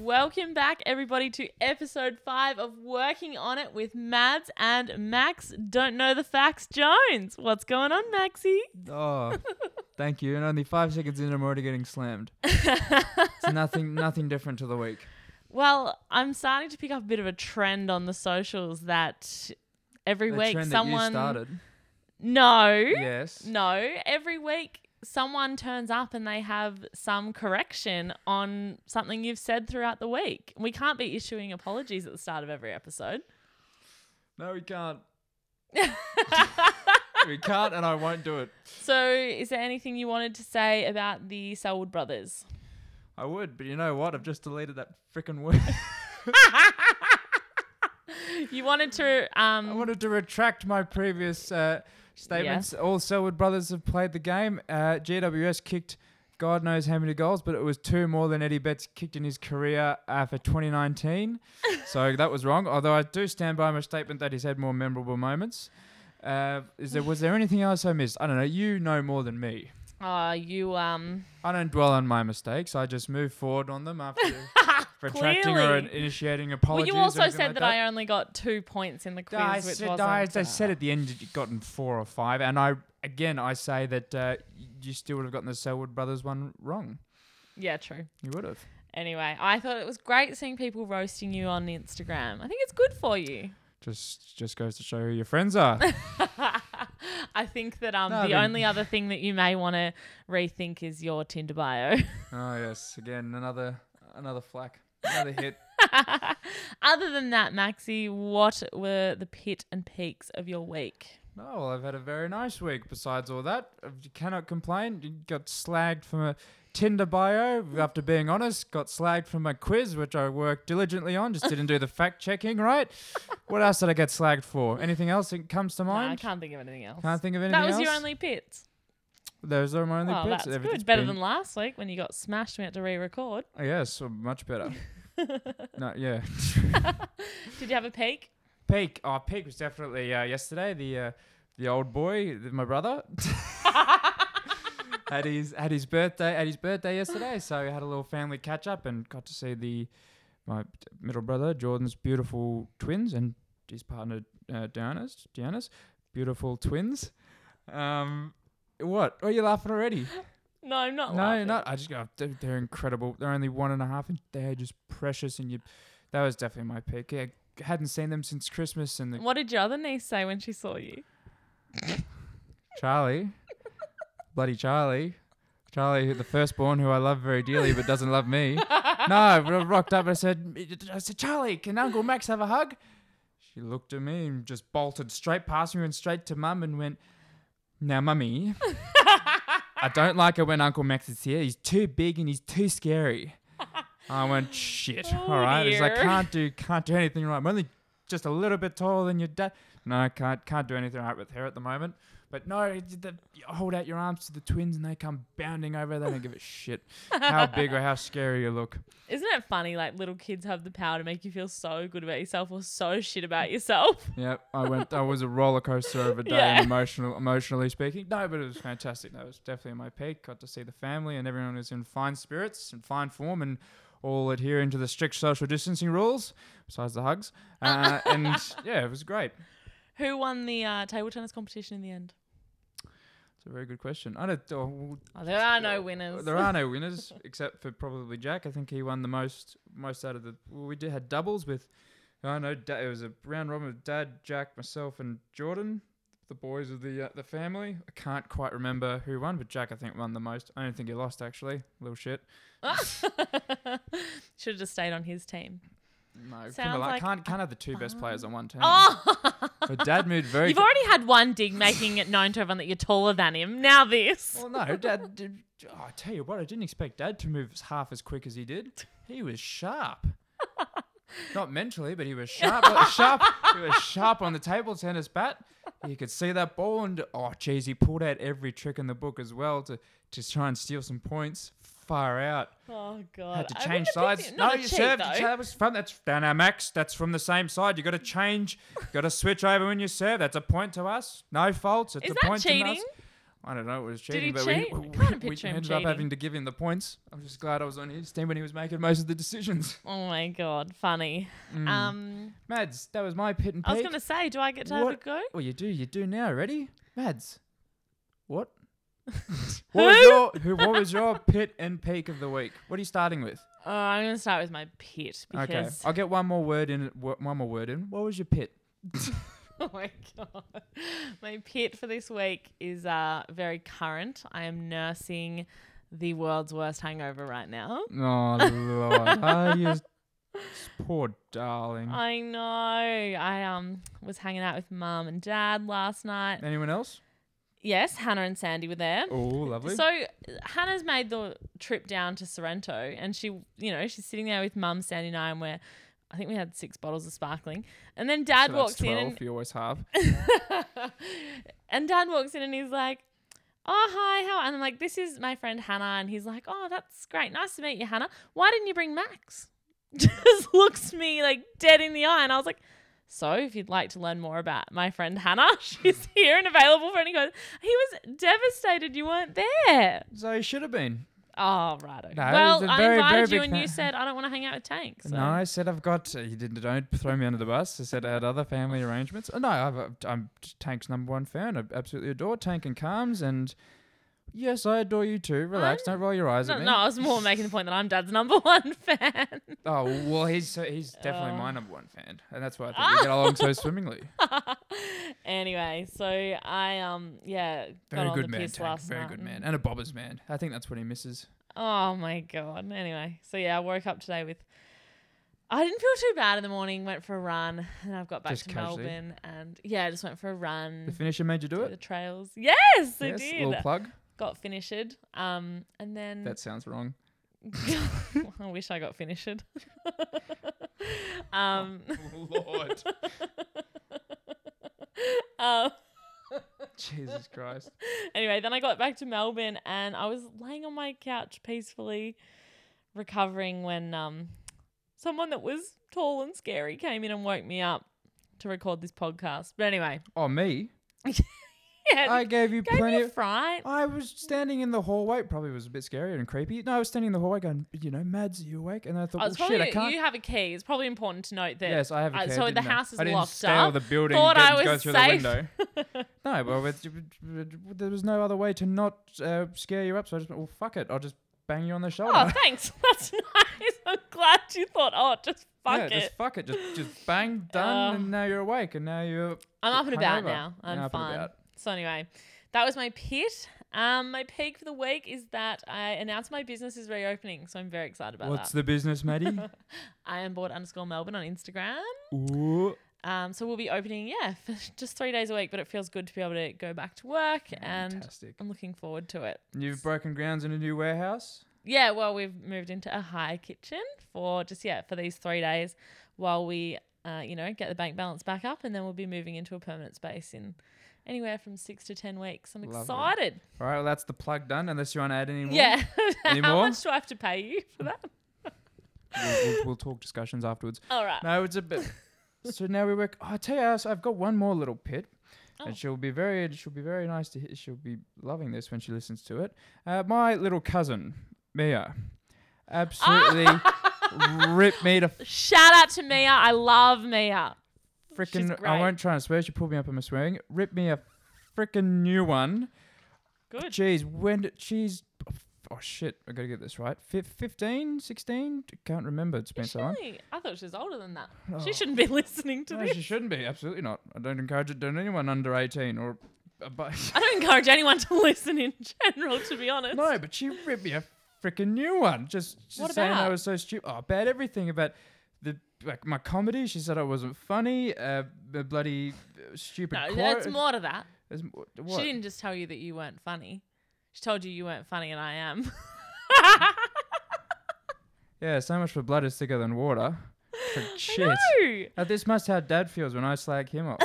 Welcome back, everybody, to episode five of Working on It with Mads and Max. Don't know the facts, Jones. What's going on, Maxie? Oh, thank you. And only five seconds in, I'm already getting slammed. It's nothing, nothing different to the week. Well, I'm starting to pick up a bit of a trend on the socials that every The week trend that you someone started. no Yes. no every week someone turns up and they have some correction on something you've said throughout the week. We can't be issuing apologies at the start of every episode. No, we can't. We can't, and I won't do it. so, is there anything you wanted to say about the Selwood brothers? I would, but you know what? I've just deleted that freaking word. You wanted to I um wanted to retract my previous uh, statements. All Selwood brothers have played the game. Uh, GWS kicked God knows how many goals, but it was two more than Eddie Betts kicked in his career uh, for 2019. so that was wrong. Although I do stand by my statement that he's had more memorable moments. Uh, is there was there anything else I missed? I don't know. You know more than me. uh you um I don't dwell on my mistakes. I just move forward on them after retracting or Clearly. initiating apologies. well, you or also anything said like that, I only got two points in the quiz, I which said, wasn't. I, I said uh, at the end you'd gotten four or five, and I again I say that uh, you still would have gotten the Selwood brothers one wrong. Yeah, true. You would have. Anyway, I thought it was great seeing people roasting you on Instagram. I think it's good for you. Just just goes to show who your friends are. I think that um No, I the mean- only other thing that you may want to rethink is your Tinder bio. oh yes, again another another flack, another hit. other than that, Maxie, what were the pit and peaks of your week? No, Oh, well, I've had a very nice week. Besides all that, Uh, you cannot complain. You got slagged from a Tinder bio after being honest. Got slagged from a quiz, which I worked diligently on. Just didn't do the fact checking right. What else did I get slagged for? Anything else that comes to No, mind? I can't think of anything else. Can't think of anything that was else. your only pits. Those are my only Well, pits. that's Everything's good. Better been- than last week when you got smashed. and We had to re-record. Oh, yes, well, much better. no, yeah. Did you have a peak? Peak. Oh, peak was definitely uh, yesterday. The uh, the old boy, th- my brother, had his had his birthday at his birthday yesterday. So we had a little family catch up and got to see the my middle brother Jordan's beautiful twins and his partner uh, Diana's Diana's beautiful twins. Um, what? Are you laughing already? No, I'm not. No, laughing. no. I just go. They're, they're incredible. They're only one and a half, and they're just precious. And you, that was definitely my pick. Yeah, hadn't seen them since Christmas. And the What did your other niece say when she saw you? Charlie, bloody Charlie, Charlie, who- the firstborn, who I love very dearly, but doesn't love me. No, I ro- rocked up. and I said, I said, Charlie, can Uncle Max have a hug? She looked at me and just bolted straight past me and straight to Mum and went, Now, Mummy, I don't like it when Uncle Max is here. He's too big and he's too scary. I went, Shit. Oh, All right. It's like, dear. can't do, can't do anything right. I'm only just a little bit taller than your dad. No, I can't, can't do anything right with her at the moment. But no, it's the, you hold out your arms to the twins and they come bounding over. They don't give a shit how big or how scary you look. Isn't it funny? Like little kids have the power to make you feel so good about yourself or so shit about yourself. Yep, I went. I was a roller coaster of a day, Yeah. and emotional, emotionally speaking. No, but it was fantastic. That was definitely my peak. Got to see the family, and everyone was in fine spirits and fine form, and all adhering to the strict social distancing rules, besides the hugs. Uh, and yeah, it was great. Who won the uh, table tennis competition in the end? It's a very good question. I don't. oh, Oh, there are no winners. There are no winners except for probably Jack. I think he won the most most out of the. Well, we did had doubles with. I know da- it was a round robin with Dad, Jack, myself, and Jordan, the boys of the uh, the family. I can't quite remember who won, but Jack I think won the most. I don't think he lost actually. Little shit. Should have just stayed on his team. No, Sounds Kimberly, like I can't can't have the two best players on one team. Oh, But Dad moved very. you've already had one dig making it known to everyone that you're taller than him. Now this. Well, no, Dad. Did, oh, I tell you what, I didn't expect Dad to move as- half as quick as he did. He was sharp. Not mentally, but he was sharp. sharp. He was sharp on the table tennis bat. You could see that ball, and oh, geez, he pulled out every trick in the book as well to to try and steal some points. Far out. Oh god. Had to I change wouldn't have picked sides. him. No, Not a you cheat, served. though. You that was from that's down our max. That's from the same side. You got to change. You got to switch over when you serve. That's a point to us. No faults. It's Is a that point to us. cheating? I don't know, it was he cheating, but cheat? we, I we, can't we picture him ended up cheating. having to give him the points. I'm just glad I was on his team when he was making most of the decisions. Oh my god, funny. Mm. Um, Mads, that was my pit and I was peak. gonna say, do I get to have a What- go? Well, you do, you do now. Ready, Mads? What? Who? what, was your, who, what was your pit and peak of the week? What are you starting with? Oh, I'm gonna start with my pit Okay, because I'll get one more word in. wo- One more word in. What was your pit? oh my god, my pit for this week is uh very current. I am nursing the world's worst hangover right now. Oh lord, oh, you s- poor darling. I know. I um was hanging out with mum and dad last night. Anyone else? Yes, Hannah and Sandy were there. Oh, lovely. So Hannah's made the trip down to Sorrento, and she, you know, she's sitting there with Mum, Sandy, and I, and we're, I think we had six bottles of sparkling, and then Dad So that's walks 12, in, You always have. and, and Dad walks in, and he's like, "Oh hi, how?" And I'm like, "This is my friend Hannah," and he's like, "Oh, that's great, nice to meet you, Hannah. Why didn't you bring Max?" Just looks me like dead in the eye, and I was like. So, if you'd like to learn more about my friend Hannah, she's here and available for any goes. He was devastated you weren't there. So you should have been. Oh, righto. No, well, he's a I very, invited very you big and you fan. said I don't want to hang out with Tank. So. No, I said I've got. You didn't. Don't throw me under the bus. I said I had other family arrangements. Oh, no, I've, I'm Tank's number one fan. I absolutely adore Tank and Calms, and yes, I adore you too. Relax. don't roll your eyes Ah. No, at me. no, I was more making the point that I'm Dad's number one fan. Oh well, he's so, he's definitely Oh. my number one fan, and that's why I Ah. think we get along so swimmingly. anyway, so I um yeah got Very on good the man, piss Tank. last Very night. good and- man, and a bobbers man. I think that's what he misses. Oh my god. Anyway, so yeah, I woke up today with. I didn't feel too bad in the morning. Went for a run, and I've got back Just to casually. Melbourne, and yeah, I just went for a The run. finisher made you do through it. The trails. Yes, I yes, Mm. did. little plug. got finished. Um, and then That sounds wrong. I wish I got finished. um, Lord, um, Jesus Christ. anyway, then I got back to Melbourne and I was laying on my couch peacefully recovering when um, someone that was tall and scary came in and woke me up to record this podcast. But anyway, Oh me, yeah, I it gave you gave plenty. me a of- fright. I was standing in the hallway. Probably was a bit scary and creepy. No, I was standing in the hallway going, you know, Mads, are you awake? And I thought, Oh, it's well, probably, shit, I can't. you have a key. It's probably important to note that. yes, I have. A uh, key, so I the didn't know. house is I didn't locked scale up. the building. Thought and I go was through safe. the window. no, well, it's, there was no other way to not uh, scare you up. So I just went, well, fuck it. I'll just bang you on the shoulder. Oh, thanks. That's nice. I'm glad you thought, oh, just fuck yeah, it. just fuck it. Just, just bang, done, Oh. and now you're awake, and now you're. I'm up and about hungover. now. Yeah, I'm up and fine. about. So anyway, that was my pit. Um, my peak for the week is that I announced my business is reopening, so I'm very excited about What's that. the business, Maddie? I am board underscore Melbourne on Instagram. Ooh. Um, so we'll be opening, yeah, for just three days a week, but it feels good to be able to go back to work, and Fantastic. I'm looking forward to it. You've broken grounds in a new warehouse. Yeah, well, we've moved into a high kitchen for just yeah for these three days while we, uh, you know, get the bank balance back up, and then we'll be moving into a permanent space in anywhere from six to ten weeks. I'm Lovely. excited. All right, well, that's the plug done, unless you want to add any more. Yeah. Any How more? much do I have to pay you for that? We'll, we'll, we'll talk discussions afterwards. All right. No, it's a bit. so now we work. Oh, I tell you, so I've got one more little pit, Oh. and she'll be very. She'll be very nice to. Hear, she'll be loving this when she listens to it. Uh, my little cousin Mia, absolutely ripped me to Shout out to Mia. I love Mia. freaking. great. I won't try and swear. She pulled me up on my swearing. Ripped me a freaking new one. Good. Jeez, when did she's. Oh shit, I gotta get this right. Fif- 15, 16? Can't remember. It's been so long. Really? I thought she was older than that. Oh. She shouldn't be listening to No, this. she shouldn't be. Absolutely not. I don't encourage it to anyone under 18 or above. I don't encourage anyone to listen in general, to be honest. No, but she ripped me a freaking new one. Just, just What saying I about? was so stupid. Oh, about everything about the like my comedy. She said I wasn't funny. Uh, the bloody uh, stupid. No, quote. that's more to that. There's m- what? She didn't just tell you that you weren't funny. She told you you weren't funny, and I am. Yeah, so much for blood is thicker than water. For shit. No. Now, this must how dad feels when I slag him off.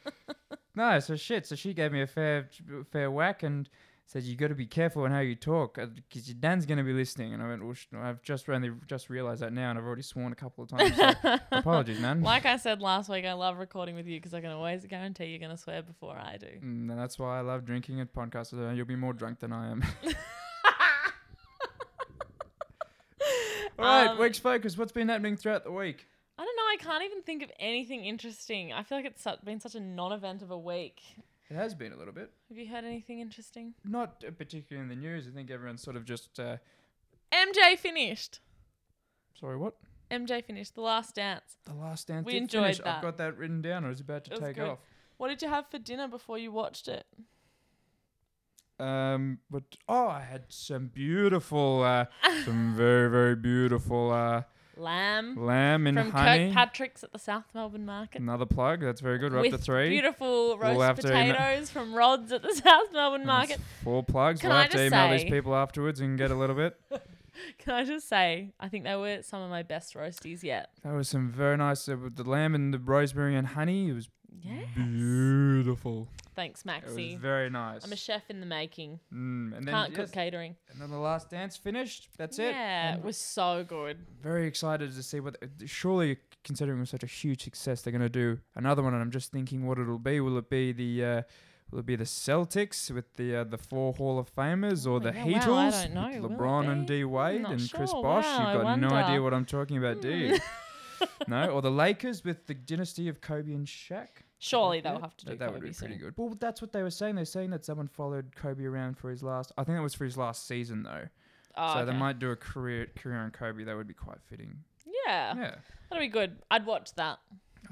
no, so shit. So she gave me a fair fair whack and said you got to be careful in how you talk because your dad's going to be listening. And I went, well, sh- I've just only just realized that now, and I've already sworn a couple of times. So apologies, man. Like I said last week, I love recording with you because I can always guarantee you're going to swear before I do. And that's why I love drinking and podcasts. uh, You'll be more drunk than I am. All right, Um, week's focus. What's been happening throughout the week? I don't know. I can't even think of anything interesting. I feel like it's su- been such a non-event of a week. It has been a little bit, Have you heard anything interesting? not uh, particularly in the news. I think everyone's sort of just uh, MJ finished. sorry. What MJ finished the last dance. the last dance? We did enjoyed finish. that. I've got that written down. I was about to It was take good. off. What did you have for dinner before you watched it? Um, but oh, I had some beautiful, uh, some very very beautiful uh, Lamb lamb and from honey. Kirkpatrick's at the South Melbourne Market. Another plug. That's very good. We're up with to three. beautiful roast have to email- potatoes from Rods at the South Melbourne That's Market. Four plugs. Can we'll I have to just email these say- people afterwards and get a little bit. Can I just say, I think they were some of my best roasties yet. That was some very nice. Uh, with the lamb and the rosemary and honey. It was Yes. beautiful. Thanks, It Maxie. was very nice. I'm a chef in the making. Mm, and then Can't yes, cook catering. and then the last dance finished. That's it. Yeah, And it was so good. very excited to see what. Surely, considering it was such a huge success, they're going to do another one. And I'm just thinking, what it'll be? Will it be the uh, Will it be the Celtics with the uh, the four Hall of Famers, or Oh, the yeah, Heatles wow, I don't with know. Will it LeBron and be? D Wade not and Chris sure. Bosh? Wow, I You've got no wonder. Hmm. idea what I'm talking about, do you? no, or the Lakers with the dynasty of Kobe and Shaq. Surely Yeah, they'll have to do that, that. that would be pretty good. Well, that's what they were saying. They're saying that someone followed Kobe around for his last. I think that was for his last season though. Oh, so okay. they might do a career career on Kobe. That would be quite fitting. yeah, Yeah, that'll be good. I'd watch that.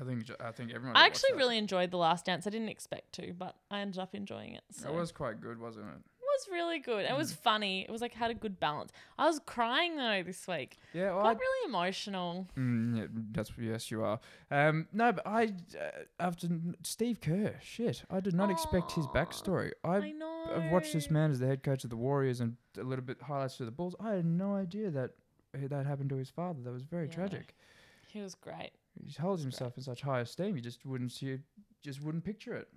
I think ju- I think everyone. I would actually watch that. really enjoyed The Last Dance. I didn't expect to, but I ended up enjoying it. So That was Mm. quite good, wasn't it? it was really good. It was funny. It was like had a good balance. I was crying though this week. Yeah, well, I, Got really emotional. mm, yeah, that's yes, you are. Um, no, but I uh, after n- Steve Kerr, shit, I did not expect his Aw, backstory. I, I know. I've watched this man as the head coach of the Warriors and a little bit highlights for the Bulls. I had no idea that uh, that happened to his father. That was very Yeah. tragic. He was great. He holds himself in such high esteem. You just wouldn't see, just wouldn't picture it.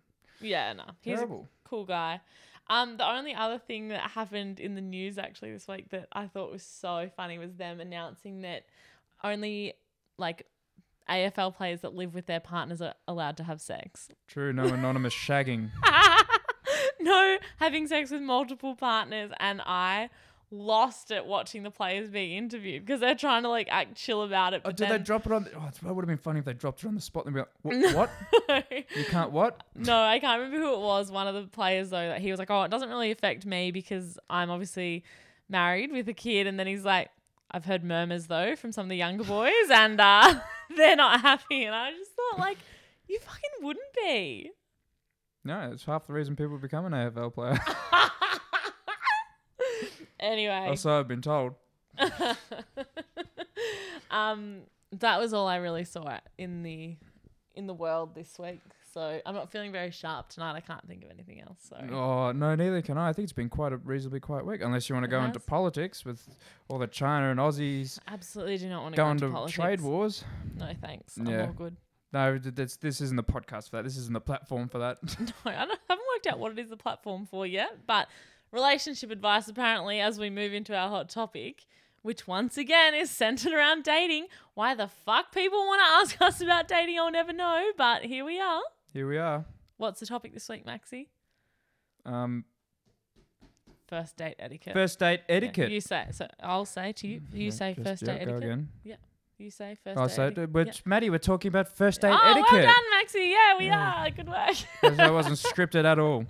Yeah, no, he's a Terrible. cool guy. Um, the only other thing that happened in the news actually this week that I thought was so funny was them announcing that only like AFL players that live with their partners are allowed to have sex. True. No anonymous shagging. no, having sex with multiple partners, and I lost it watching the players being interviewed because they're trying to like act chill about it. Oh, But did they then, drop it on? The, oh, that would have been funny if they dropped it on the spot. And they'd be like, "Wha- "What? You can't what?" No, I can't remember who it was. One of the players though, that he was like, "Oh, it doesn't really affect me because I'm obviously married with a kid." And then he's like, "I've heard murmurs though from some of the younger boys, and uh, they're not happy." And I just thought, like, you fucking wouldn't be. No, it's half the reason people become an AFL player. anyway, also, I've been told. um, that was all I really saw in the in the world this week. So I'm not feeling very sharp tonight. I can't think of anything else. Sorry. Oh no, neither can I. I think it's been quite a reasonably quiet week, unless you want to It go into has. politics with all the China and Aussies Absolutely do not want to go going into to politics. trade wars. No, thanks. Yeah. I'm all good. No, th- that's, this isn't the podcast for that. This isn't the platform for that. No, I, don't, haven't worked out what it is the platform for yet, but relationship advice apparently as we move into our hot topic, which once again is centered around dating. Why the fuck people want to ask us about dating, I'll never know, but here we are. Here we are. What's the topic this week, Maxie? Um, First date etiquette. first date Yeah, etiquette. You say so. I'll say to you. You Yeah, say just- first yeah, date go etiquette. Again. You say first Oh, date. so etiquette. th- which, Yeah. Maddie, we're talking about first date oh, etiquette. well done, Maxie. Yeah, we Yeah. are. Good work. 'Cause that wasn't scripted at all.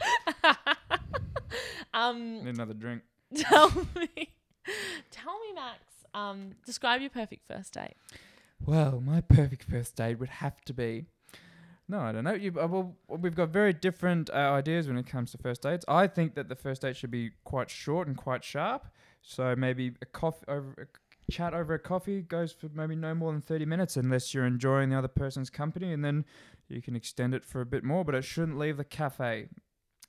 um, Need another drink. Tell me, tell me, Max. Um, describe your perfect first date. Well, my perfect first date would have to be. No, I don't know. You, uh, well, we've got very different uh, ideas when it comes to first dates. I think that the first date should be quite short and quite sharp. So maybe a coffee over a c- chat over a coffee goes for maybe no more than 30 minutes unless you're enjoying the other person's company and then you can extend it for a bit more, but it shouldn't leave the cafe.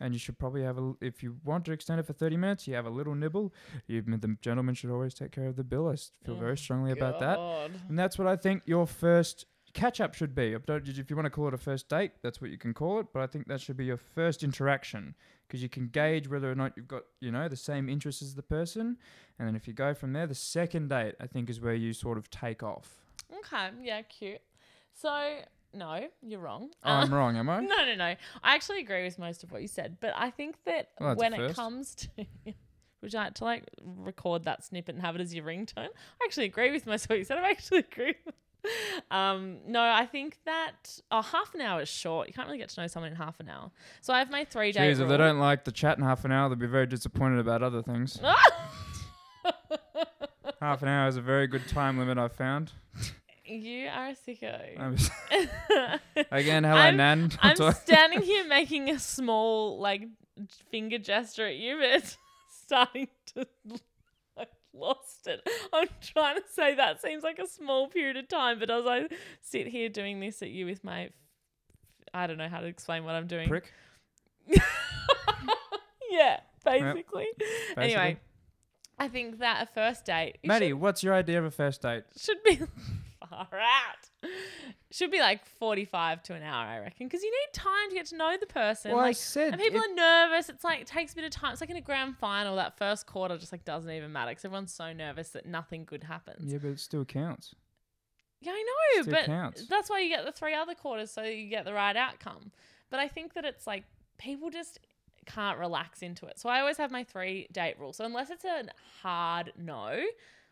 And you should probably have a l- if you want to extend it for 30 minutes, you have a little nibble. You, the gentleman should always take care of the bill. I s- feel Oh, very strongly about that. God. And that's what I think your first catch up should be. I don't- If you want to call it a first date, that's what you can call it. But I think that should be your first interaction because you can gauge whether or not you've got, you know, the same interests as the person. And then if you go from there, the second date, I think, is where you sort of take off. Okay, yeah, cute. So, no, you're wrong. Oh, I'm wrong, am I? Uh, No, no, no. I actually agree with most of what you said, but I think that Well, that's a when it first. comes to would you like to like record that snippet and have it as your ringtone? I actually agree with most of what you said. I actually agree. Um, no, I think that oh, half an hour is short. You can't really get to know someone in half an hour. So I have my three days. Jeez, if they don't like the chat in half an hour, they'll be very disappointed about other things. half an hour is a very good time limit, I've found. you are a sicko. I'm- Again, hello, I'm- Nan. I'm standing here making a small like finger gesture at you, but it's starting to. I lost it. I'm trying to say that seems like a small period of time, but as I sit here doing this at you with my, I don't know how to explain what I'm doing. Prick. yeah, basically. Anyway, basically. I think that a first date you Maddie, what's your idea of a first date? should, should be far out. Should be like 45 to an hour, I reckon, because you need time to get to know the person. Well, I like, said and people it- are nervous. It's like it takes a bit of time. It's like in a grand final, that first quarter just like doesn't even matter because everyone's so nervous that nothing good happens. Yeah, but it still counts. Yeah, I know, Still but counts. that's why you get the three other quarters so that you get the right outcome. But I think that it's like people just can't relax into it. So I always have my three date rule. So unless it's a hard no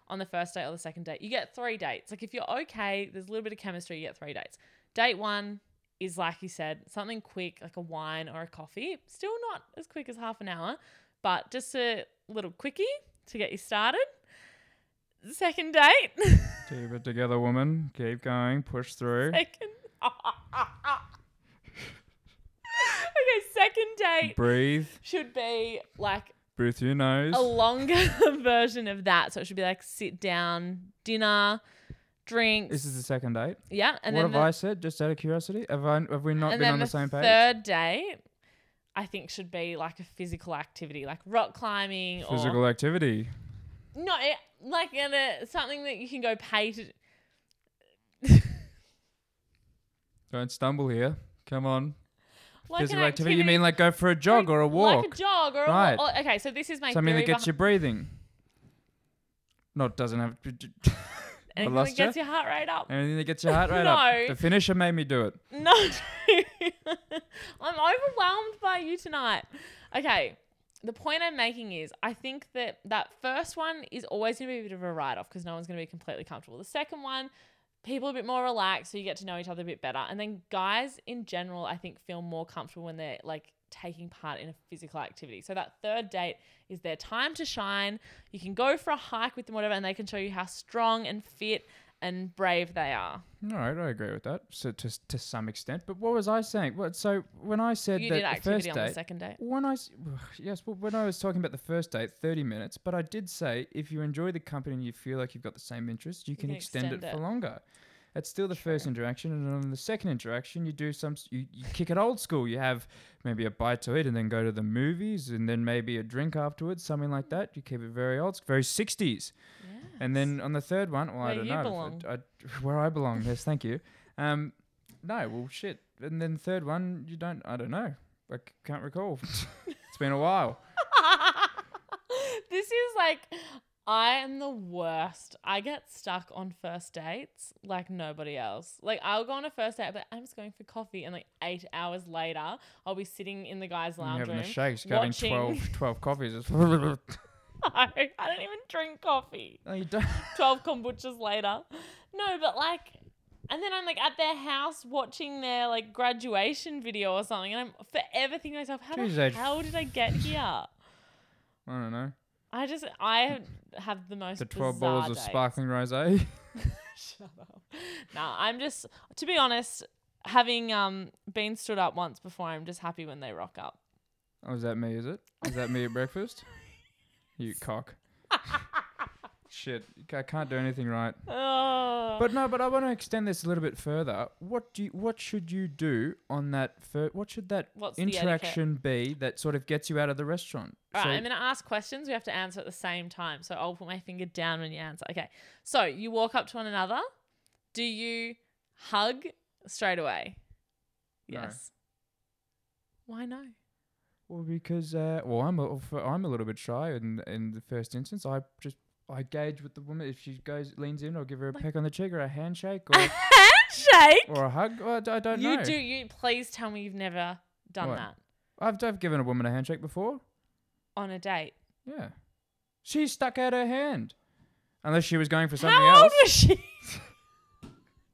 on the first date or the second date, you get three dates. Like if you're okay, there's a little bit of chemistry, you get three dates. Date one is like you said, something quick like a wine or a coffee. Still not as quick as half an hour, but just a little quickie to get you started. Second date. Keep it together, woman. Keep going. Push through. Second. okay, second date Breathe. should be like Breathe through your nose. a longer version of that. So it should be like sit down, dinner, drinks. This is the second date. yeah, and what then have the, I said? Just out of curiosity, have, I, have we not and been then on the, the same page? third date, I think should be like a physical activity, like rock climbing or Physical activity. No, it, like in a, something that you can go pay to. Don't stumble here. Come on. Like Physical an activity. You mean like go for a jog or a walk? Like a jog or Right. a walk. Okay, so this is my Something theory that gets behi- you breathing. Not doesn't have I anything lost that gets ya. your heart rate up. anything that gets your heart rate No. up. The finisher made me do it. No, I'm overwhelmed by you tonight. Okay, the point I'm making is I think that that first one is always going to be a bit of a write off because no one's going to be completely comfortable. The second one, people are a bit more relaxed, so you get to know each other a bit better. And then guys in general, I think, feel more comfortable when they're like taking part in a physical activity. So that third date is their time to shine. You can go for a hike with them, whatever, and they can show you how strong and fit and brave they are. All right, I agree with that. So to to some extent, but what was I saying? What so when I said You that did the activity first on the date, second date. when I s- yes, well, when I was talking about the first date, thirty minutes, but I did say if you enjoy the company and you feel like you've got the same interests, you can, extend, it, for longer. It's still the first interaction, and on the second interaction, you do some s- you, you kick it old school. You have maybe a bite to eat, and then go to the movies, and then maybe a drink afterwards, something like that. You keep it very old, very sixties. And then on the third one, well, I Where don't you know. belong. I, where I belong, yes, thank you. Um, no, well, shit. And then third one, you don't. I don't know. I c- can't recall. it's been a while. this is like I am the worst. I get stuck on first dates like nobody else. Like I'll go on a first date, but I'm just going for coffee, and like eight hours later, I'll be sitting in the guy's I'm lounge having room the shakes, having watching. 12, 12 coffees. It's no, I don't even drink coffee. you don't. Twelve kombuchas later, no, but like. And then I'm like at their house watching their like graduation video or something, and I'm forever thinking to myself, how Jeez, the I'd- hell did I get here? I don't know. I just I have the most The twelve bizarre bottles of dates. sparkling Oh, rosé. Shut up. Nah, I'm just to be honest, having um been stood up once before, I'm just happy when they rock up. Oh, is that me? Is it? Is that me at breakfast? You cock. Shit, I can't do anything right. Oh. But no, but I want to extend this a little bit further. What do you, what should you do on that? Fir- what should that What's the etiquette? interaction be that sort of gets you out of the restaurant? All So- right, I'm going to ask questions. We have to answer at the same time. So I'll put my finger down when you answer. Okay. So you walk up to one another. Do you hug straight away. No. Yes. Why no? Well, because uh, well, I'm a, f- I'm a little bit shy in in the first instance. I just I gauge with the woman if she goes leans in, I'll give her a Like- peck on the cheek or a handshake or, Handshake. or a hug. Well, I, d- I don't you know. do. You please tell me you've never done What? that I've I've given a woman a handshake before. on a date. Yeah, she stuck out her hand, unless she was going for something How old else. was she?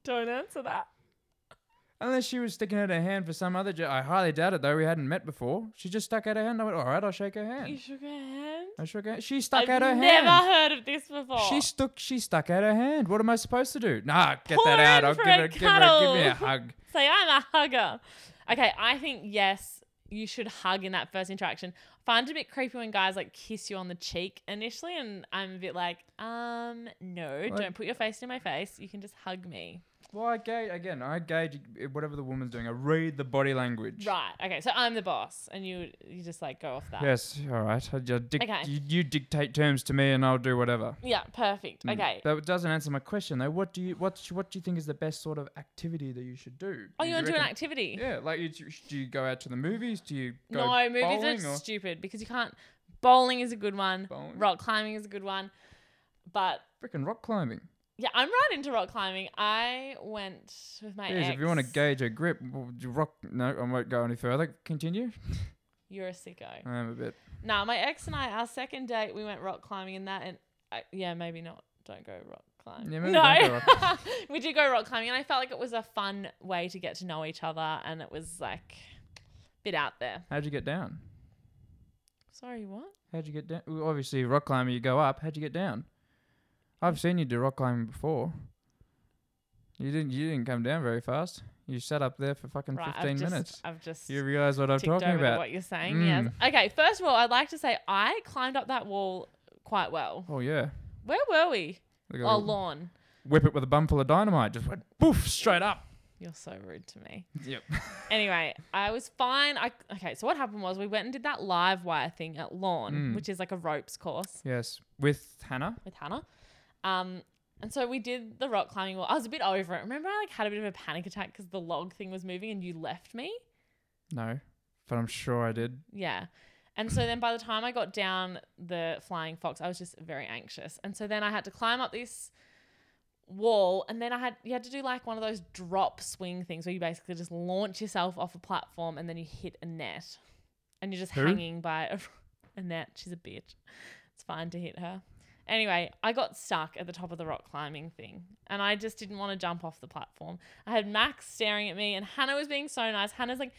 Don't answer that. Unless she was sticking out her hand for some other. ge- I highly doubt it though. We hadn't met before. She just stuck out her hand. I went, all right, I'll shake her You hand. shook her hand. I shook her. hand. She stuck I've out her hand. never heard of this before. She stuck. She stuck out her hand. What am I supposed to do? Nah, get Pull that her out. in I'll for give a her, give her, give me a cuddle. hug. Say, I'm a hugger. Okay, I think yes, you should hug in that first interaction. I find it a bit creepy when guys like kiss you on the cheek initially, and I'm a bit like, um, no, Like- don't put your face in my face. You can just hug me. Well, I gauge again. I gauge whatever the woman's doing. I read the body language. Right. Okay. So I'm the boss, and you you just like go off that. Yes. All right. I, I dic- Okay. you, you dictate terms to me, and I'll do whatever. Yeah. Perfect. Mm. Okay. That doesn't answer my question though. What do you what sh- what do you think is the best sort of activity that you should do? Oh, you want to do an reckon- activity? Yeah, like you, do you go out to the movies? Do you go no, movies bowling are or stupid because you can't. Bowling is a good one. Bowling? Rock climbing is a good one, but freaking rock climbing? Yeah, I'm right into rock climbing. I went with my Jeez, ex. if you want to gauge a grip, well, you rock. No, I won't go any further. Continue. you're a sicko. I am a bit. Nah, my ex and I, our second date, we went rock climbing and that, and I, yeah, maybe not. Don't go rock climbing. Yeah, maybe no, don't go rock- we did go rock climbing, and I felt like it was a fun way to get to know each other, and it was like a bit out there. How'd you get down? Sorry, what? How'd you get down? Well, obviously, rock climbing, you go up. How'd you get down? I've seen you do rock climbing before. You didn't. You didn't come down very fast. You sat up there for fucking Right, fifteen I've just, minutes. I've just You realize what I'm ticked talking over to about? Mm. what you're saying. Yes. Okay. First of all, I'd like to say I climbed up that wall quite well. Oh yeah. Where were we? Look at Oh, that. lawn. Whip it with a bum full of dynamite. Just went poof straight up. You're so rude to me. Yep. anyway, I was fine. I okay. So what happened was we went and did that live wire thing at Lawn, Mm. which is like a ropes course yes, with Hannah. with Hannah. Um, and so we did the rock climbing wall. I was a bit over it. Remember, I like had a bit of a panic attack because the log thing was moving and you left me. No, but I'm sure I did. Yeah. And so then by the time I got down the flying fox, I was just very anxious. And so then I had to climb up this wall and then I had you had to do like one of those drop swing things where you basically just launch yourself off a platform and then you hit a net. And you're just Who? hanging by a, a net. She's a bitch. It's fine to hit her. Anyway, I got stuck at the top of the rock climbing thing and I just didn't want to jump off the platform. I had Max staring at me and Hannah was being so nice. Hannah's like,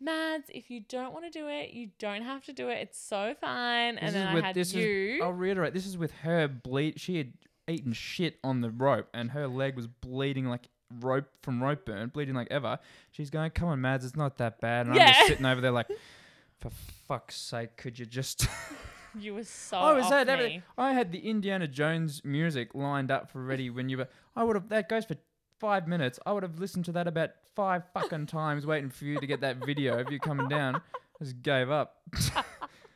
Mads, if you don't want to do it, you don't have to do it. It's so fine. This and then is I with- had this you. Is, I'll reiterate. This is with her bleed. She had eaten shit on the rope, and her leg was bleeding like rope from rope burn, bleeding like ever. She's going, "Come on, Mads, it's not that bad." And I'm Yeah. just sitting over there like, "For fuck's sake, could you just?" you were so I was off at me. everything. I had the Indiana Jones music lined up for ready when you were. I would have that goes for five minutes. I would have listened to that about five fucking times, waiting for you to get that video of you coming down. I just gave up.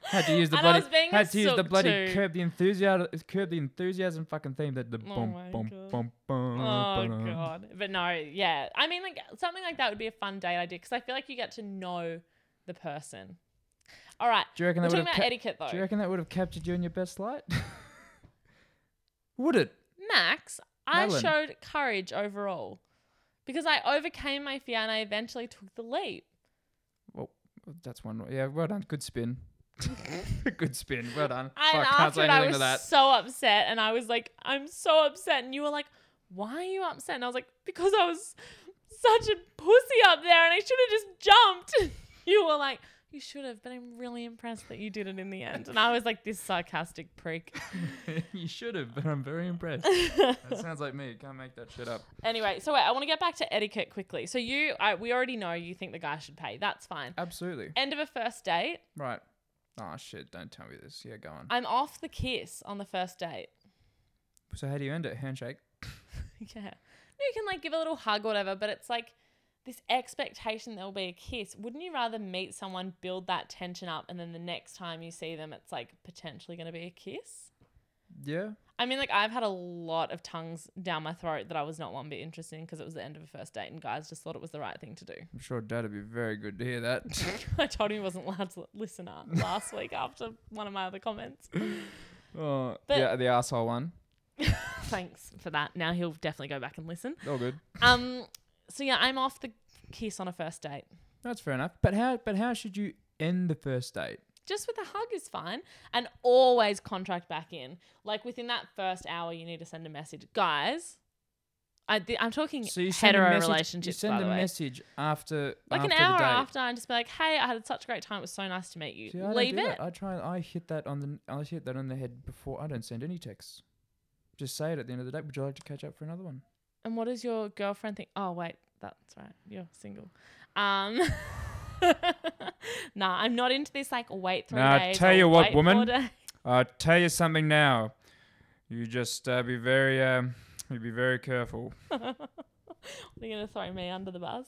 had to use the And I bloody. was being a had to use the sook bloody too. curb the enthusiasm. Curb the enthusiasm fucking theme that the Oh bum my bum God. bum bum. Oh ba-dum. god. But no, yeah. I mean like something like that would be a fun date idea because I feel like you get to know the person. All right. Do you reckon We're that talking would about have? Ca- etiquette do you though. reckon that would have captured you in your best light? would it? Max, I Madeline. showed courage overall. Because I overcame my fear and I eventually took the leap. That's one. Yeah, well done. Good spin. Good spin. Well done. I, and Fuck, can't after say it, I anything was to that. so upset, and I was like, "I'm so upset," and you were like, "Why are you upset?" And I was like, "Because I was such a pussy up there, and I should have just jumped." you were like, "You should have," but I'm really impressed that you did it in the end. And I was like, "This sarcastic prick." you should have, but I'm very impressed. that sounds like me. Can't make that shit up. anyway, so wait, I want to get back to etiquette quickly. So you, I, we already know you think the guy should pay. That's fine. Absolutely. End of a first date. Right. Oh shit! Don't tell me this. Yeah, go on. I'm off the kiss on the first date. So how do you end it? Handshake. Yeah. No, you can like give a little hug or whatever, but it's like this expectation there'll be a kiss. Wouldn't you rather meet someone, build that tension up, and then the next time you see them, it's like potentially going to be a kiss? Yeah. I mean, like I've had a lot of tongues down my throat that I was not one bit interested in because it was the end of a first date and guys just thought it was the right thing to do. I'm sure Dad would be very good to hear that. I told him he wasn't allowed to listen up last week after one of my other comments. oh, But- yeah, the asshole one. Thanks for that. Now he'll definitely go back and listen. All good. Um, so yeah, I'm off the kiss on a first date. That's fair enough. But how? But how should you end the first date? Just with a hug is fine, and always contract back in. Like within that first hour, you need to send a message, guys. I th- I'm talking send a hetero message- You relationships send by a the way. message after like after an hour the date. after, and just be like, "Hey, I had such a great time. It was so nice to meet you. See, I don't Leave do it." that. I try. and- I hit that on the. I hit that on the head before. I don't send any texts. Just say it at the end of the day. Would you like to catch up for another one? And what does your girlfriend think? Oh wait, that's right. You're single. Um Nah, I'm not into this like wait three Nah, days. tell you or what, wait woman. four days. I'll tell you something now. You just uh, be very. Um, you be very careful. You're gonna throw me under the bus.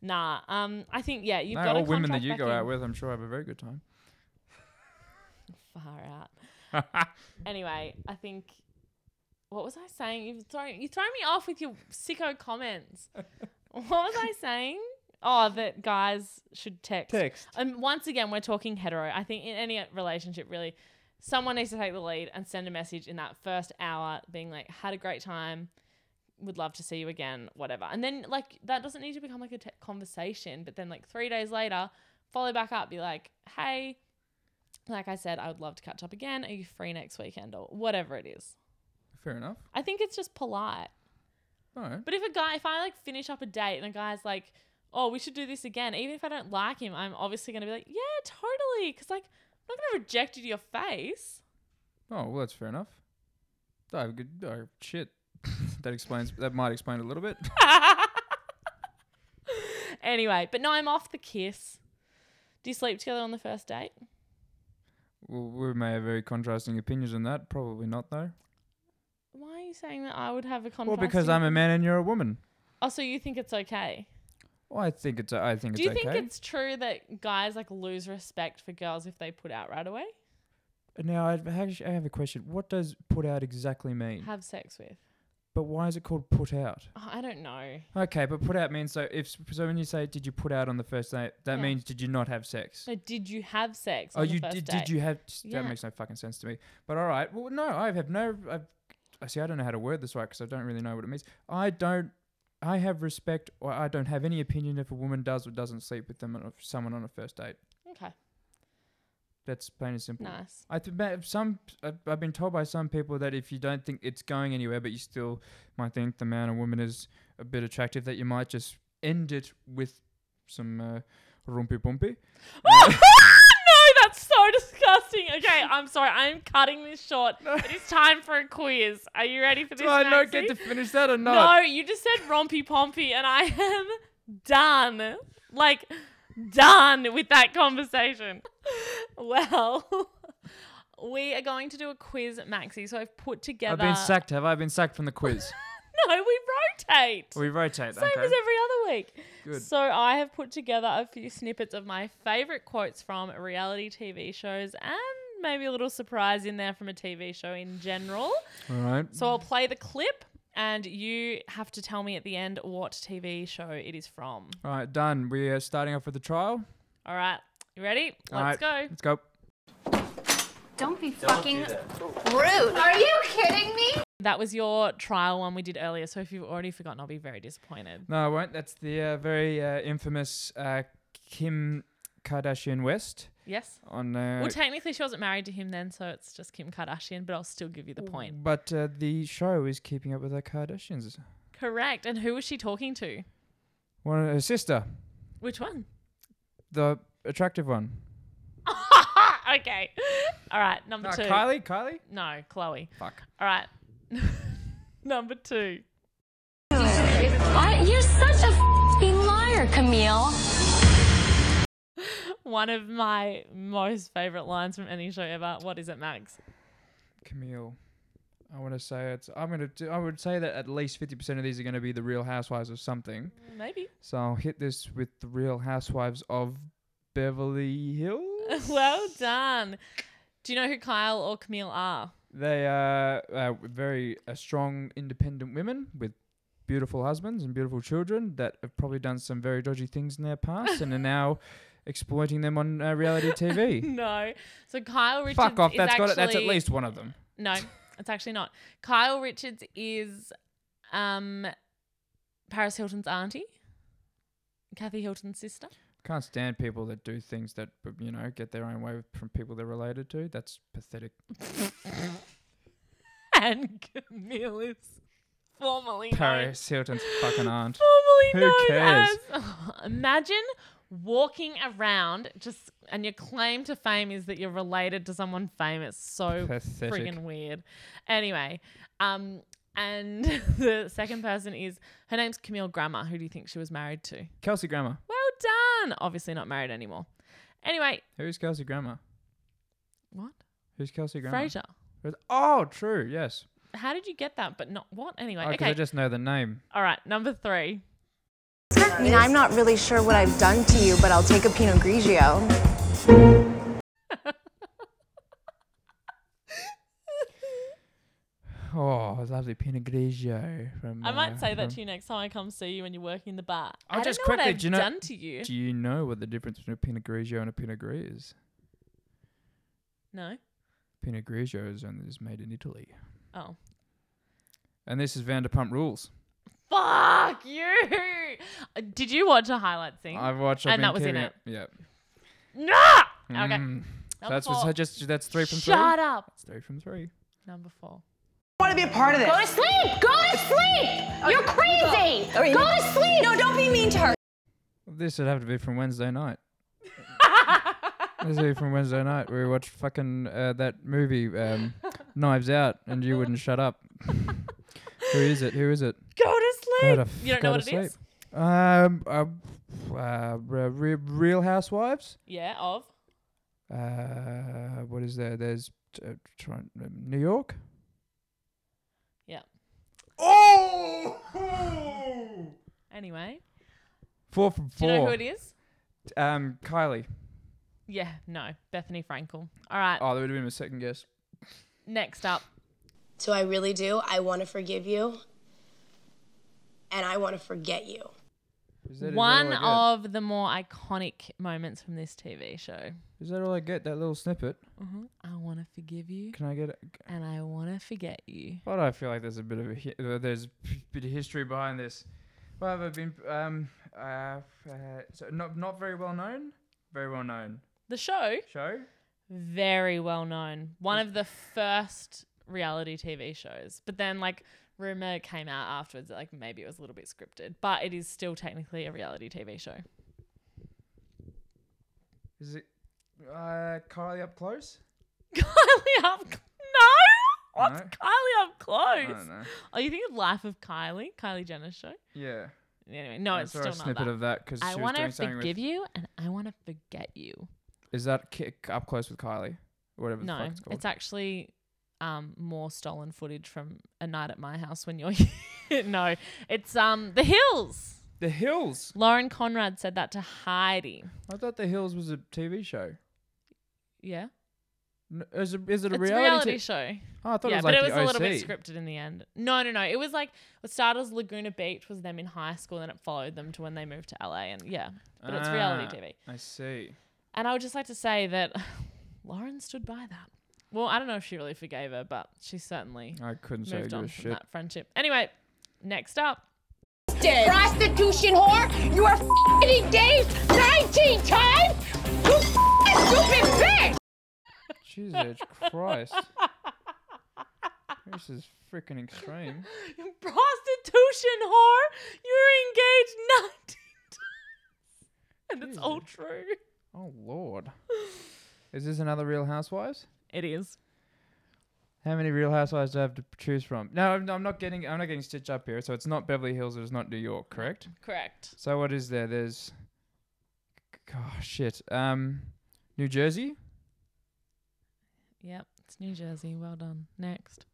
Nah. Um I think yeah, you've no, got all women that contract you back go in. out with, I'm sure have a very good time. far out. Anyway, I think what was I saying? You've thrown you throw me off with your sicko comments. what was I saying? Oh, that guys should text. Text. And once again, we're talking hetero. I think in any relationship, really, someone needs to take the lead and send a message in that first hour, being like, "Had a great time, would love to see you again, whatever." And then like that doesn't need to become like a te- conversation, but then like three days later, follow back up, be like, "Hey, like I said, I would love to catch up again. Are you free next weekend or whatever it is?" Fair enough. I think it's just polite. All right. But if a guy, if I like finish up a date and a guy's like, oh, we should do this again, even if I don't like him, I'm obviously going to be like, yeah, totally. Because, like, I'm not going to reject you to your face. Oh well, that's fair enough. Oh, good. Oh, shit. that explains. That might explain a little bit. anyway, but no, I'm off the kiss. Do you sleep together on the first date? Well, we may have very contrasting opinions on that. Probably not, though. Why are you saying that I would have a Well, contrast? because I'm a man and you're a woman. Oh, so you think it's okay? Well, I think it's. I think Do it's you think okay. it's true that guys like lose respect for girls if they put out right away? now, I actually I have a question. What does put out exactly mean? Have sex with? but why is it called put out? Oh, I don't know. Okay, but put out means so if so when you say did you put out on the first date, that Yeah. means did you not have sex? So did you have sex? oh, on the you first did. date? Did you have? Yeah. That makes no fucking sense to me. But all right. Well, no, I have no. I've, I see. I don't know how to word this right because I don't really know what it means. I don't. I have respect, or I don't have any opinion if a woman does or doesn't sleep with them on a, someone on a first date. Okay, That's plain and simple. nice. I th- but some I've I've been told by some people that if you don't think it's going anywhere, but you still might think the man or woman is a bit attractive, that you might just end it with some uh, rumpy pumpy. no, that's so disgusting. Okay, I'm sorry. I'm cutting this short. It is time for a quiz. Are you ready for this? Do I not Maxie? get to finish that or No, not? you just said rompy pompy, and I am done. Like, done with that conversation. Well, we are going to do a quiz, Maxie. So I've put together. I've been sacked. Have I been sacked from the quiz? No, we rotate. we rotate. Same okay. as every other week. Good. So I have put together a few snippets of my favorite quotes from reality TV shows and maybe a little surprise in there from a TV show in general. All right. So I'll play the clip and you have to tell me at the end what TV show it is from. All right. Done. We are starting off with the trial. All right. You ready? All Let's right, go. Let's go. Don't be fucking rude. Are you kidding me? That was your trial one we did earlier. So if you've already forgotten, I'll be very disappointed. No, I won't. That's the uh, very uh, infamous uh, Kim Kardashian West Yes? on. Uh, Well, technically, she wasn't married to him then, so it's just Kim Kardashian, but I'll still give you the point. But uh, the show is keeping up with the Kardashians. Correct. And who was she talking to? One her sister, Which one? the attractive one. okay. All right, number two. Kylie, Kylie. No, Chloe. Fuck. All right. number two. Why, you're such a f***ing liar, Camille. One of my most favorite lines from any show ever. What is it, Max? Camille. I want to say it's. I'm gonna. Do, I would say that at least fifty percent of these are gonna be the Real Housewives of something. Maybe. So I'll hit this with the Real Housewives of Beverly Hills. well done. Do you know who Kyle or Camille are? They are uh, very uh, strong, independent women with beautiful husbands and beautiful children that have probably done some very dodgy things in their past and are now exploiting them on uh, reality TV. No. So Kyle Richards. Fuck off. is That's got it. That's at actually- least one of them. No, it's actually not. Kyle Richards is um, Paris Hilton's auntie, Kathy Hilton's sister. Can't stand people that do things that b- you know get their own way from people they're related to. That's pathetic. And Camille is formerly known Paris Hilton's fucking aunt. Who formerly known cares? as. imagine walking around just and your claim to fame is that you're related to someone famous. So Pathetic. Oh, friggin' weird. Anyway, um, and the second person is her name's Camille Grammer. Who do you think she was married to? Kelsey Grammer. Well done. Obviously not married anymore. Anyway, Who's Kelsey Grammer? what? Who's Kelsey Grammer? Frasier. Who's- Oh, true. Yes. How did you get that? But not what? Anyway, Because okay. Oh, I just know the name. All right, number three. I mean, I'm not really sure what I've done to you, but I'll take a Pinot Grigio. Oh, lovely Pinot Grigio from. I uh, might say that from- to you next time I come see you when you work in the bar. I'll I just don't know quickly- what I've do you know- done to you. Do you know what the difference between a Pinot Grigio and a Pinot Gris is? No. Pinot Grigio is only is made in Italy, Oh. and this is Vanderpump Rules. Fuck you! Uh, Did you watch a highlight thing? I've watched. I've And been that was in keeping it. Yeah. no. Okay. Mm. So Number that's what's four. so just that's three from three. Shut up. That's three from three. Number four. want to be a part of this. Go to sleep! Go to sleep! You're crazy! Go to sleep! No, don't be mean to her. This would have to be from Wednesday night. this would be from Wednesday night where we watched fucking uh, that movie um, Knives Out, and you wouldn't shut up. Who is it? Who is it? Go to Go sleep. to f- you don't go know to what it is? sleep. Um, uh, uh, Re- Re- Real Housewives. Yeah. Of. Uh, what is there? There's uh, trying, uh, New York. Yeah. Oh! Anyway. Four from Do four. you know who it is? Um, Kylie. Yeah. No. Bethany Frankel. All right. Oh, that would have been my second guess. Next up. So I really do. I want to forgive you. And I want to forget you. Is that, is that all One I get? of the more iconic moments from this TV show. Is that all I get? That little snippet. I want to forgive you Can I get it? and I want to forget you. But I feel like there's a bit of a hi- uh, there's a bit of history behind this. Well, I've been um uh, uh so not not very well known, very well known The show, show. very well known. One of the first reality TV shows. But then, like, rumor came out afterwards that, like, maybe it was a little bit scripted, but it is still technically a reality TV show. Is it uh Kylie up close? Kylie up. No! What's No? Kylie up I close? don't know. Oh, you think of Life of Kylie? Kylie Jenner's show? Yeah, Anyway, no, I Oh, it's saw still a not snippet that. of that because I she was want doing to something forgive with. you and I want to forget you. Is that kick up close with Kylie? Or whatever the No, fuck it's called. it's actually um, more stolen footage from a night at my house when you're no, it's um the hills. the Hills. Lauren Conrad said that to Heidi. I thought The Hills was a TV show. Yeah, N- Is it, is it it's a a reality? reality t- show. Oh, I thought Yeah, it was but like it was the a little OC. bit scripted in the end. No, no, no. It was like what started as Laguna Beach was them in high school, and it followed them to when they moved to LA, and yeah, but it's reality Ah, TV. I see. And I would just like to say that Lauren stood by that. Well, I don't know if she really forgave her, but she certainly I couldn't say I moved give a on from shit. that friendship. Anyway, next up. Prostitution whore! You are f***ing engaged 19 times! You f***ing stupid bitch! Jesus Christ. This is freaking extreme. prostitution whore. You're engaged 19 times. And it's all true. Oh Lord. Is this another Real Housewives? It is. How many Real Housewives do I have to choose from? No, I'm, I'm not getting. I'm not getting stitched up here. So it's not Beverly Hills. It's not New York. Correct. Correct. So what is there? There's. Gosh, shit. Um, New Jersey. Yep. It's New Jersey. Well done. Next.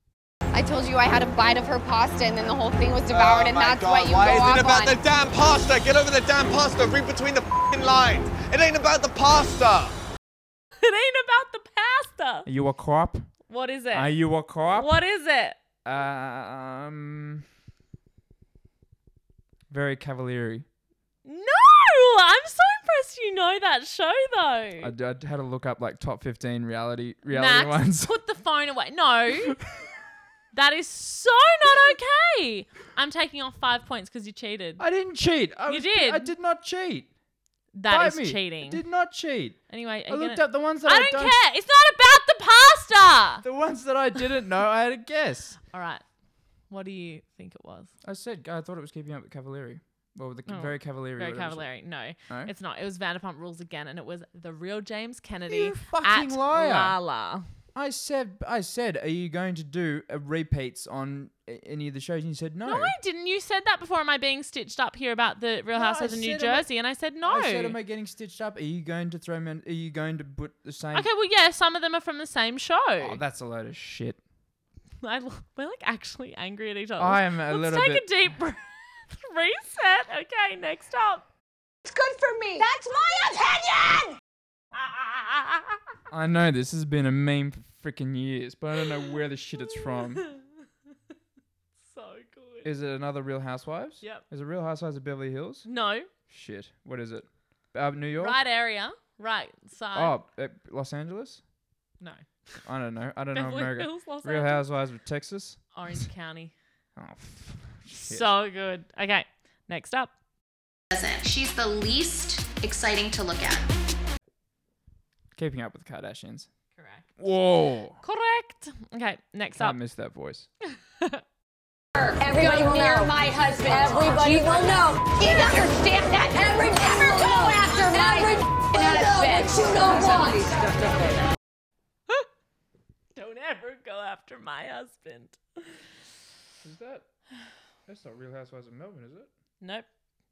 I told you I had a bite of her pasta and then the whole thing was devoured, and that's what you Oh Why go is off it about on. the damn pasta? Get over the damn pasta. Read between the fing lines. It ain't about the pasta. It ain't about the pasta. Are you a cop? What is it? Are you a cop? what is it? Um, very cavaliery. No! I'm so impressed you know that show though. I, d- I had to look up like top fifteen reality Max, reality ones. put the phone away. No. that is so not okay. I'm taking off five points because you cheated. I didn't cheat. I You was- did. I did not cheat. That Bite is me. I cheating. did not cheat. anyway, I looked up the ones that I I, don't don't- care. It's not about the pasta. The ones that I didn't know, I had a guess. All right. What do you think it was? I said I thought it was keeping up with Cavalieri. Well, with the No. very Cavalieri. Oh, Very whatever it's- Cavallari. No, No? it's not. It was Vanderpump Rules again, and it was the real James Kennedy You at fucking liar. Lala. I said, I said, are you going to do uh, repeats on a- any of the shows? And you said no. No, I didn't. You said that before. Am I being stitched up here about the Real No, Housewives I of New said, am I- Jersey? and I said no. I said, am I getting stitched up? Are you going to throw me? On, are you going to put the same? okay, well, yeah, some of them are from the same show. Oh, that's a load of shit. I, lo- we're like actually angry at each other. I am a Let's little take bit- a deep breath. Reset. Okay, next up. It's good for me. That's my opinion! I know this has been a meme for freaking years, but I don't know where the shit it's from. so good. Is it another Real Housewives? Yep. Is it Real Housewives of Beverly Hills? no, Shit. What is it? Uh, New York. right area, right side. Oh, uh, Los Angeles. No, I don't know. I don't know Beverly America. Hills, Los Real Angeles. Housewives of Texas. Orange County. Oh, f- shit. So good. Okay, next up. Doesn't. She's the least exciting to look at. Keeping up with the Kardashians. Correct. Whoa. Correct. Okay, next Can't up. miss that voice. Everybody will know. my husband. Everybody will know. You understand that? Every never go after my husband. You don't want. Don't ever go after my husband. Is that? That's not Real Housewives of Melbourne, is it? Nope.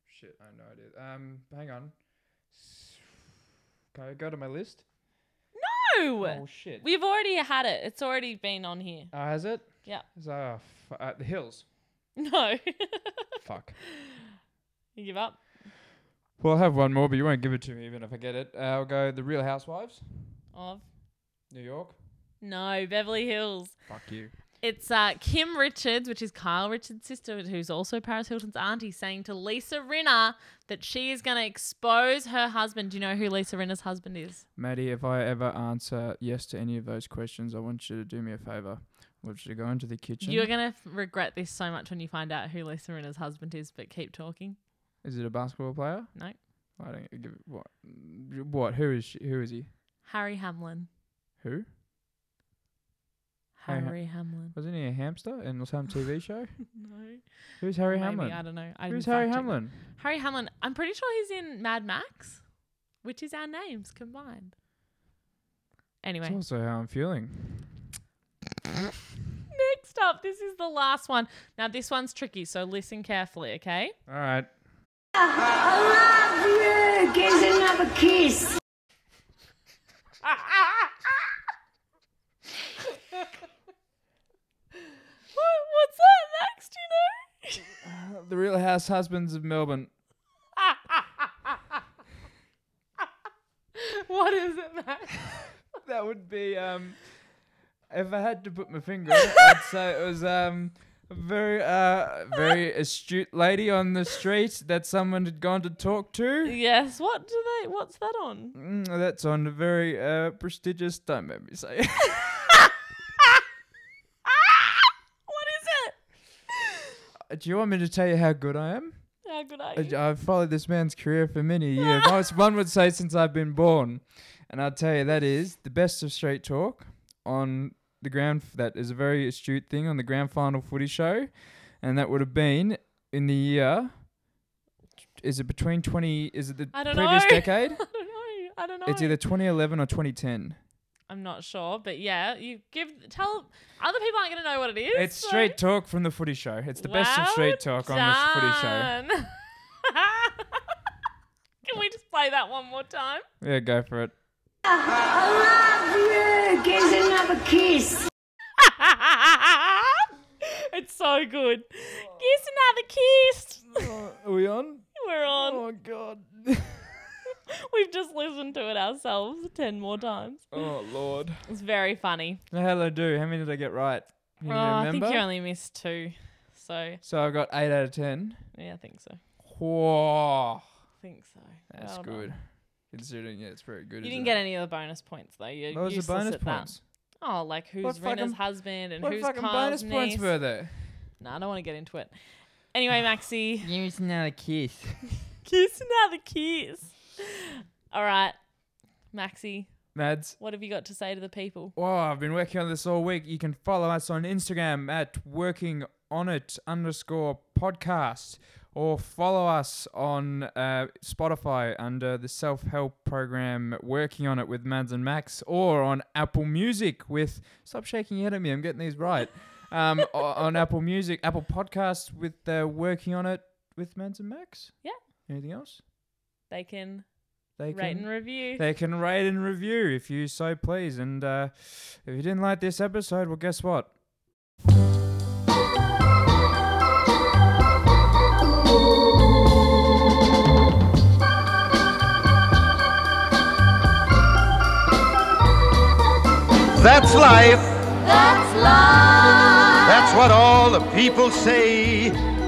Shit, I have no idea. Um, hang on. Can I go to my list? No. Oh shit. We've already had it. It's already been on here. Oh, has it? Yeah. Is uh, f- uh, the hills. No. Fuck. you give up? Well, I have one more, but you won't give it to me even if I get it. Uh, I'll go The Real Housewives, Of? New York. No, Beverly Hills. Fuck you. It's uh, Kim Richards, which is Kyle Richards' sister, who's also Paris Hilton's auntie, saying to Lisa Rinna that she is going to expose her husband. Do you know who Lisa Rinna's husband is? Maddie, if I ever answer yes to any of those questions, I want you to do me a favor. I want you to go into the kitchen. You're going to regret this so much when you find out who Lisa Rinna's husband is, but keep talking. is it a basketball player? No. I don't give what. What? Who is she, who is he? Harry Hamlin. Who? Harry Harry, Ham- Hamlin. Wasn't he a hamster in some TV show? No. Who's Harry Maybe, Hamlin? I don't know. I Who's didn't Harry fact check Hamlin? that. Harry Hamlin. I'm pretty sure he's in Mad Max, which is our names combined. That's Anyway, also how I'm feeling. next up, this is the last one. Now, this one's tricky, so listen carefully, okay? All right. What, what's that next, you know? The Real House Husbands of Melbourne. what is it, Max? That would be um if I had to put my finger on it, I'd say it was um a very uh very astute lady on the street that someone had gone to talk to. Yes, what do they, what's that on? Mm, that's on a very uh prestigious don't make me say it. Ah! What is it? Do you want me to tell you how good I am? How good are you? I- I've followed this man's career for many years. Most- One would say since I've been born. And I'll tell you, that is the best of straight talk on the grand. That is a very astute thing on the grand final footy show. And that would have been in the year. Is it between 20. Is it the I don't previous know. decade? I don't know. I don't know. It's either 2011 or 2010. I'm not sure, but yeah, you give tell other people aren't gonna know what it is. It's so- straight talk from the footy show. It's the best of Well straight talk on the footy show. done. Can we just play that one more time? Yeah, go for it. it's so good. Kiss another kiss. Oh, Are we on? We're on. Oh, God. We've just listened to it ourselves 10 more times. Oh lord. It's very funny. Now, How did I do? How many did I get right? You Oh, I think remember? you only missed two. So, so I got eight out of ten. yeah, I think so. I Whoa, think so. that's Well done. good. Considering, yeah, it's very good. You isn't didn't it? get any of the bonus points, though. You're What was the useless bonus at that. points? Oh, like who's What Rena's fucking- husband and What who's fucking Carl's bonus points niece. were there? No, I don't want to get into it. Anyway, Maxie, Give me another kiss. kiss now the kiss. All right, Maxie, Mads. what have you got to say to the people? Whoa, Oh, I've been working on this all week. You can follow us on Instagram at working on it underscore podcast or follow us on uh, Spotify under the self help program Working on It with Mads and Max or on Apple Music with Stop Shaking Your Head at Me, I'm getting these right. Um, o- on Apple Music, Apple Podcasts with uh, Working on It with Mads and Max. Yeah. Anything else? They can They rate and review. they can rate and review if you so please. And uh, if you didn't like this episode, well, guess what? That's life. That's life. That's what all the people say.